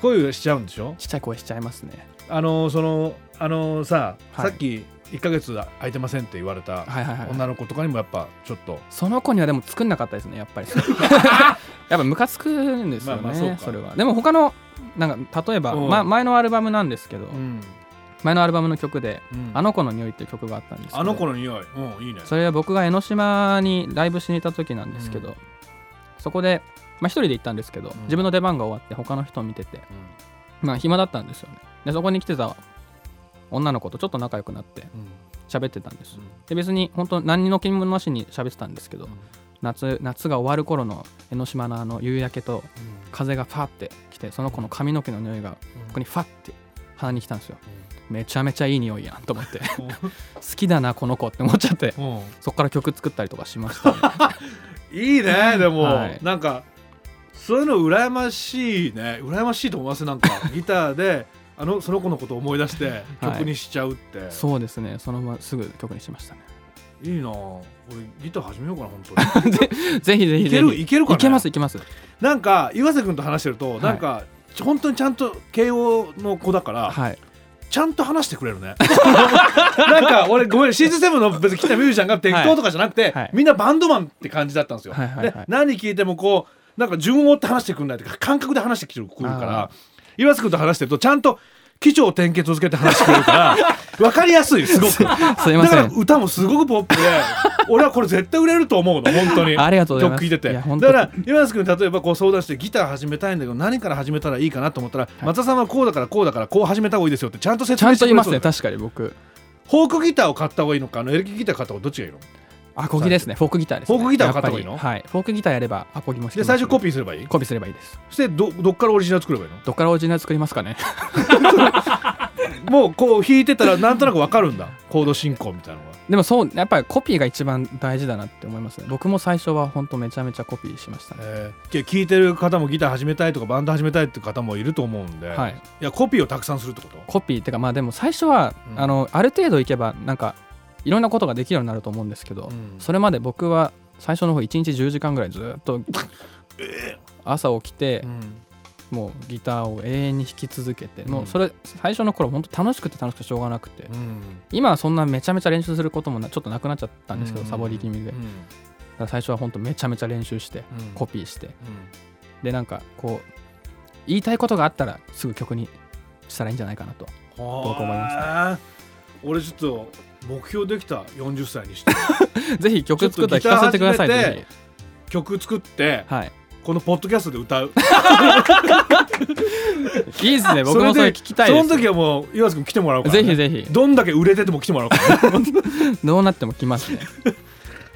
S3: 恋しちゃうんでしょ
S4: ちっちゃい声しちゃいますね
S3: あのそのあのさ、
S4: は
S3: さ
S4: い
S3: っき1ヶ月空いてませんって言われた
S4: はいはいはい
S3: 女の子とかにもやっぱちょっと
S4: その子にはでも作んなかったですねやっ ぱりやっぱムカつくんですよね、
S3: まあまあそうか
S4: それはでも他のなんか例えば、
S3: うん
S4: ま、前のアルバムなんですけど、
S3: うん
S4: 前のアルバムの曲で
S3: うん
S4: 「あの子の匂い」っていう曲があったんですけど
S3: あの子の匂い、うん、いいね。
S4: それは僕が江ノ島にライブしに行った時なんですけど、そこで、まあ、一人で行ったんですけど、
S3: ん
S4: 自分の出番が終わって他の人を見てて、まあ暇だったんですよねでそこに来てた女の子とちょっと仲良くなって喋ってたんです、で別に本当何の気もなしに喋ってたんですけど、夏夏が終わる頃の江ノ島のあの夕焼けと風がファーって来てその子の髪の毛の匂いが僕にファーって鼻に来たんですよ、めちゃめちゃいい匂いやんと思って好きだなこの子って思っち ゃって
S3: うん
S4: そっから曲作ったりとかしましたね、
S3: いいね、でも、
S4: はい
S3: なんか。そういうの羨ましいね、羨ましいと思います、 なんか、ギターで。あの、その子のことを思い出して、
S4: はい
S3: 曲にしちゃうって。
S4: そうですねそのまますぐ曲にしましたね
S3: い、いな、俺、ギター始めようかな、本 当に。
S4: ぜひぜひぜひ
S3: いけるいけるかね
S4: いけますいけます
S3: なんか、岩瀬君と話してると、なんか。本当にちゃんと慶応の子だから、
S4: はい
S3: ちゃんと話してくれる ねなんか俺ごめんシーズン7の別に来たミュージシャンが適当とかじゃなくて、
S4: はい
S3: みんなバンドマンって感じだったんですよ、
S4: はいはいはい
S3: で何聞いてもこうなんか順を追って話してくんないというか感覚で話してきてくるから岩瀬君と話してるとちゃんと基調点検続けて話してくれる から分かりやすいすごく
S4: すいま
S3: だか
S4: せ
S3: ら
S4: ん
S3: 歌もすごくポッ プで俺はこれ絶対売れると思うの本当に
S4: ありがとうございます
S3: 曲聴いてて
S4: い
S3: だ
S4: や
S3: か
S4: 本当に
S3: ら岩瀬君例えばこう相談してギター始めたいんだけど何から始めたらいいかなと思ったら、松田さんはこうだからこうだからこう始めた方がいいですよってちゃんと
S4: ち
S3: 説
S4: ゃ
S3: 明
S4: ん
S3: し
S4: と
S3: てく
S4: 言い
S3: れ
S4: ま
S3: そ
S4: す
S3: うだ
S4: ね
S3: よ
S4: 確かに僕
S3: フォークギターを買った方がいいのかあのエレキギター買った方がどっちがいいの
S4: アコギですねフォークギターです、ね、
S3: フォークギターを買った方がいいの
S4: やぱりはいフォークギターやればアコギも弾け
S3: で最初コ
S4: ピ
S3: ピーすればいい
S4: コピーすればいいです
S3: そしてどどっからオリジナル作ればいいの
S4: どっからオリジナル作りますかね
S3: もうこう弾いてたらなんとなく分かるんだコード進行みたいなのが
S4: でもそうやっぱりコピーが一番大事だなって思いますね僕も最初は本当めちゃめちゃコピーしましたね
S3: えー、聞いてる方もギター始めたいとかバンド始めたいって方もいると思うんで、
S4: はい
S3: いやコピーをたくさんするってこと
S4: コピーってかまあでも最初は、
S3: うん
S4: あのある程度いけばなんかいろんなことができるようになると思うんですけど、
S3: うん
S4: それまで僕は最初の方1日10時間ぐらいずっ と朝起きて、
S3: ん
S4: もうギターを永遠に弾き続けて、もうそれ最初の頃本当楽しくて楽しくてしょうがなくて、
S3: うん
S4: 今はそんなめちゃめちゃ練習することもなちょっとなくなっちゃったんですけど、サボり気味で、
S3: うん
S4: だから最初は本当めちゃめちゃ練習して、
S3: うん
S4: コピーして
S3: うん
S4: でなんかこう言いたいことがあったらすぐ曲にしたらいいんじゃないかなと
S3: 僕
S4: 僕思いま
S3: 俺ちょっと目標できた40歳にして
S4: ぜひ曲作ったら聞かせてください
S3: ちょっとギター
S4: ぜ
S3: 始曲作って
S4: ひはい
S3: このポッドキャストで歌う
S4: いいですね僕もそれ聞きたいです
S3: その時はもう岩瀬君来てもらうから、ね、
S4: ぜひぜひ
S3: どんだけ売れてても来てもらうから、ね、
S4: どうなっても来ますね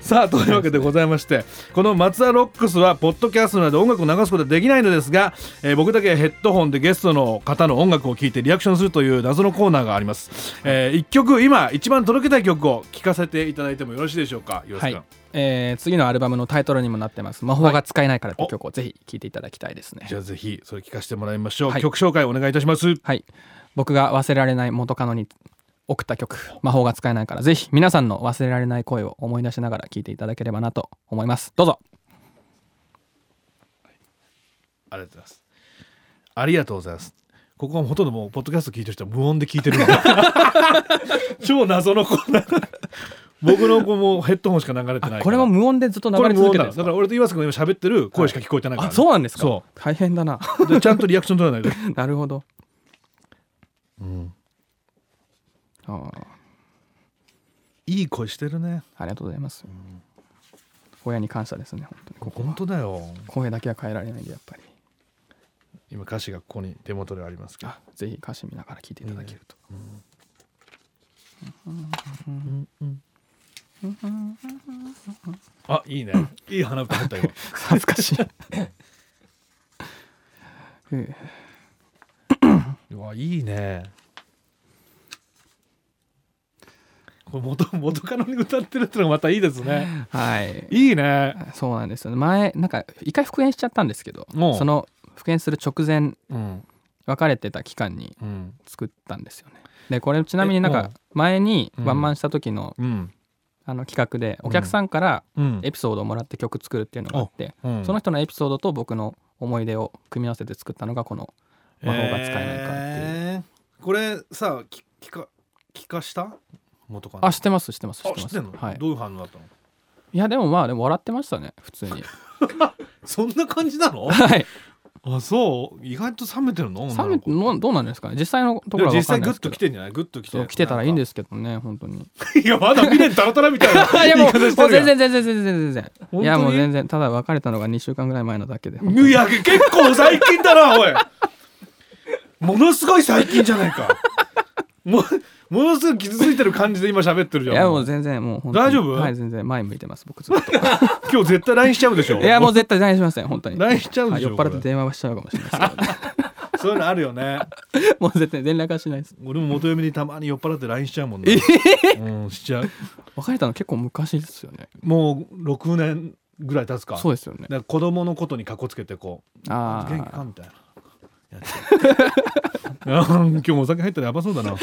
S3: さあというわけでございましてこの「松田ロックス」はポッドキャストなどで音楽を流すことはできないのですが、えー僕だけヘッドホンでゲストの方の音楽を聴いてリアクションするという謎のコーナーがあります、え1曲今一番届けたい曲を聴かせていただいてもよろしいでしょうか岩瀬
S4: は
S3: 君、
S4: い、えー次のアルバムのタイトルにもなってます「魔法が使えないから」って曲をぜひ聴いていただきたいですね
S3: じゃあぜひそれ聞かせてもらいましょう、
S4: はい
S3: 曲紹介お願いいたします
S4: はい僕が忘れられない元カノに送った曲「魔法が使えないから」ぜひ皆さんの忘れられない声を思い出しながら聴いていただければなと思いますどうぞ
S3: ありがとうございますありがとうございますここはほとんどもうポッドキャスト聞いてる人は無音で聞いて るんで超謎のコーナー僕の子もヘッドホンしか流れてないから
S4: これも無音でずっと流
S3: これ
S4: れ
S3: 無
S4: 続
S3: 音
S4: けて
S3: なんで
S4: るんですす
S3: だ
S4: か
S3: から俺と岩瀬君が今喋ってる声しか聞こえてないから、
S4: あそうなんですか
S3: そ
S4: 大変だな
S3: うでちゃんとリアクション取らないと
S4: なるほどああ
S3: いい声してるね
S4: ありがとうございます親に感謝ですね本当にここ
S3: 本当だよ
S4: 声だけは変えられないんでやっぱり
S3: 今歌詞がここに手元でありますけど
S4: あぜひ歌詞見ながら聞いていただけると
S3: あいいねいい鼻歌だった今
S4: 恥ずかしい ええ
S3: うわいいねこれ元元カノに歌ってるってのがまたいいですね
S4: はい
S3: いいね
S4: そうなんですよね前なんか一回復縁しちゃったんですけど
S3: おう
S4: その復縁する直前
S3: うん
S4: 別れてた期間に
S3: うん
S4: 作ったんですよねでこれちなみになん
S3: えお
S4: か
S3: う
S4: 前に
S3: うん
S4: ワンマンした時の,、
S3: うん
S4: あの企画でお客さんから
S3: うん
S4: エピソードをもらって曲作るっていうのがあって、
S3: うん
S4: その人のエピソードと僕の思い出を組み合わせて作ったのがこの「魔法が使えないから」っていう、
S3: えーこれさき聞か聞かした元カノ
S4: あ知ってます知ってます知っ
S3: あ
S4: て
S3: 知
S4: ま
S3: っ
S4: す
S3: てんの、
S4: はい、
S3: どういう反応だったの
S4: いやでもまあでも笑ってましたね普通 に
S3: そんな感じなの
S4: はい
S3: あそう意外と冷めてるの女
S4: サ
S3: の
S4: ミ
S3: 子
S4: もうどうなんですかね実際のとこ
S3: で
S4: ろ
S3: も
S4: は
S3: 実際
S4: 分かんない
S3: グッ
S4: ですけ
S3: と
S4: ど
S3: 来てんじゃないグッと来
S4: そ
S3: て
S4: う来てたらいいんですすけどね本 当に
S3: いやまだ未練たらたらみたいな
S4: いやもう
S3: 言い方してる
S4: もう全然全然全然全然
S3: 当に
S4: いやもう全然ただ別れたのが2週間ぐらい前のだけで
S3: いや結構最近だなおい ものすごい最近じゃないか もものすごい傷ついてる感じで今喋ってるじゃ
S4: い
S3: ん
S4: やもう全然もう本当に
S3: 大丈夫
S4: はい全然前向いてます僕ず っと
S3: 今日絶対 LINE しちゃうでしょ
S4: いやもう絶対大丈夫ません本当に
S3: LINE しちゃう
S4: は
S3: で
S4: い
S3: しょ
S4: 酔っ払っ
S3: こ
S4: て
S3: れ
S4: 電話はしちゃうかもしれないです
S3: そういうのあるよね
S4: けどもう絶対連絡はしないです
S3: 俺も元嫁にたまに酔っ払って LINE しちゃうもんね、うんしちゃう
S4: 別れたの結構昔ですよね
S3: もう6年ぐらい経つか
S4: そうですよね
S3: だから子供のことにかこつけてこう
S4: あ
S3: 元気
S4: あ
S3: かみたいなやって あー今日もお酒入ったらやばそうだな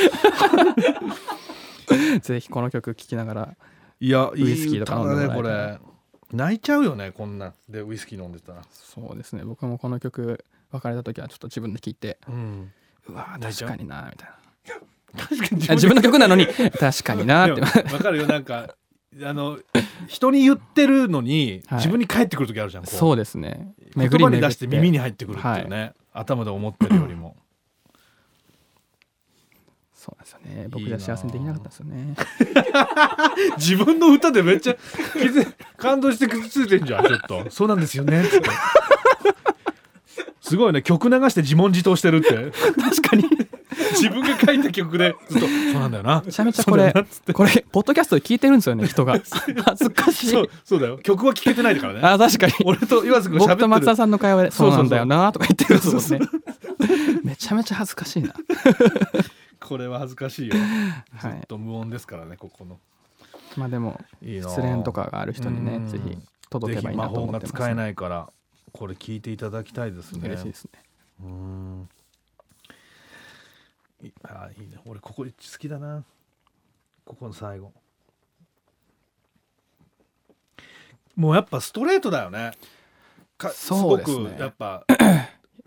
S4: ぜひこの曲聴きながら
S3: いや
S4: ウイスキーとか飲んでも
S3: い
S4: らえ
S3: い歌だねこれ泣いちゃうよねこんなでウイスキー飲んでたら
S4: そうですね僕もこの曲別れた時はちょっと自分で聴いて
S3: うん
S4: うわー
S3: 泣いちゃ
S4: 確
S3: う
S4: かになみたいな
S3: 確かに
S4: あ自分の曲な のに確かになーって
S3: わかるよなんかあの人に言ってるのに、
S4: はい
S3: 自分に返ってくる時あるじゃんこう
S4: そうですね
S3: 言
S4: 巡り
S3: 葉
S4: 巡
S3: に
S4: って
S3: 出して耳に入ってくるっていうね、頭で思ってるよりも
S4: そうなんですよね僕じゃ幸せにできなかったんですよ ね
S3: 自分の歌でめっちゃ傷感動して傷ついてんじゃんちょっとそうなんですよねつってすごいね曲流して自問自答してるって
S4: 確かに
S3: 自分が書いた曲でずっと「そうなんだよな」
S4: めちゃめちゃこれ、これ、ポッドキャストで聞いてるんですよね、人が。恥ずかしい
S3: そう。そうだよ曲は聴けてないからね
S4: あ、確かに。
S3: 俺と岩瀬君が喋っ
S4: 僕
S3: てる
S4: と松田さんの会話で、
S3: そ
S4: そうう
S3: そうそ
S4: な
S3: うん
S4: だよなとか言ってるんですもんね。めちゃめちゃ恥ずかしいな。
S3: これは恥ずかしいよ
S4: は
S3: ずっ
S4: い。
S3: と無音ですからねここの
S4: まあでも、
S3: いいな
S4: 失恋とかがある人に
S3: う
S4: ね、
S3: ん
S4: ぜひ届
S3: ぜ
S4: け
S3: ひ
S4: ばいい
S3: 魔
S4: なと
S3: 法
S4: 思
S3: が
S4: ってます。
S3: 使えないからこれ聞いていただきたいですね
S4: 嬉しいですね。
S3: うんいあいいね俺ここ好きだなここの最後もうやっぱストレートだよねかす
S4: そ
S3: ご
S4: うですね
S3: くやっ ぱ
S4: 好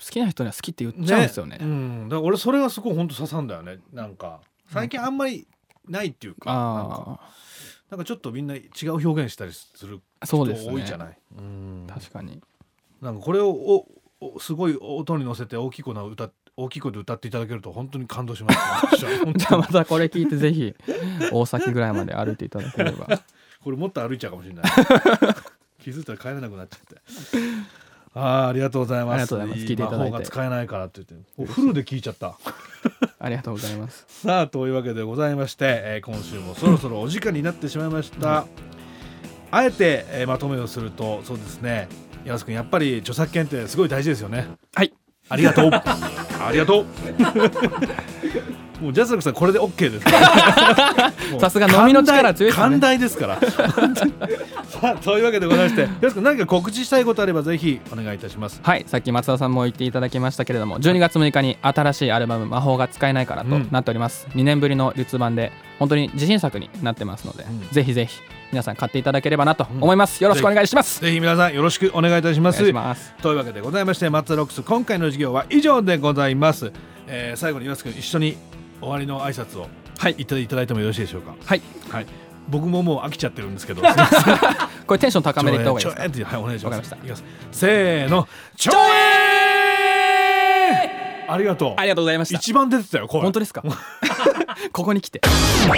S4: きな人には好きって言っちゃうんですよね
S3: う。ん、だから俺それがすごい本当刺さんだよねなんか最近あんまりないっていうかなんか
S4: あ
S3: なんかちょっとみんな違う表現したりする
S4: あ、
S3: 人
S4: そうです
S3: 多い
S4: ね
S3: じゃ。ない、うん
S4: 確かに。
S3: なんかこれをおおすごい音に乗せて大きい声の歌大きい声で歌っていただけると本当に感動しました私は本
S4: じゃ
S3: 当
S4: あ
S3: に
S4: またこれ聞いて、ぜひ、大崎ぐらいまで歩いていただければ。
S3: これもっと歩いちゃうかもしれない気づいたら帰れなくなっちゃってあーありがとうございます
S4: ありがとうございます聞いていただいて
S3: 魔法が使えないからって言っておフルで聞いちゃった
S4: ありがとうございます。
S3: さあというわけでございまして、えー今週もそろそろお時間になってしまいました、あえて、えーまとめをするとそうですね山瀬君やっぱり著作権ってすごい大事ですよね
S4: はい。
S3: ありがとう ありがとうもうジャズラックさんこれで OK です もう
S4: さすが飲みの力強いですね
S3: 寛大ですから さあというわけでございまして山瀬君何か告知したいことあればぜひお願いいたします
S4: はい、さっき松田さんも言っていただきましたけれども12月6日に新しいアルバム「魔法が使えないから」と
S3: うん
S4: なっております、2年ぶりの流通版で本当に自信作になってますので、
S3: ん
S4: ぜひぜひ皆さん買っていただければなと思います、よろしくお願いします
S3: ぜひ皆さんよろしくお願いいたしま
S4: お願い
S3: す
S4: します
S3: というわけでございましてマツダロックス今回の授業は以上でございます、えー最後に岩瀬君一緒に終わりの挨拶を
S4: はい
S3: 言っていただいてもよろしいでしょうか
S4: はい
S3: はい僕ももう飽きちゃってるんです けどすいません
S4: これテンション高めでいった方がいい
S3: ちょ
S4: で
S3: えちょえ
S4: す
S3: ってはいお願いします
S4: わか
S3: いきますせーのちょえありがとう
S4: ありがとうございました
S3: 一番出てたよ声
S4: 本当ですかここに来て
S1: ラ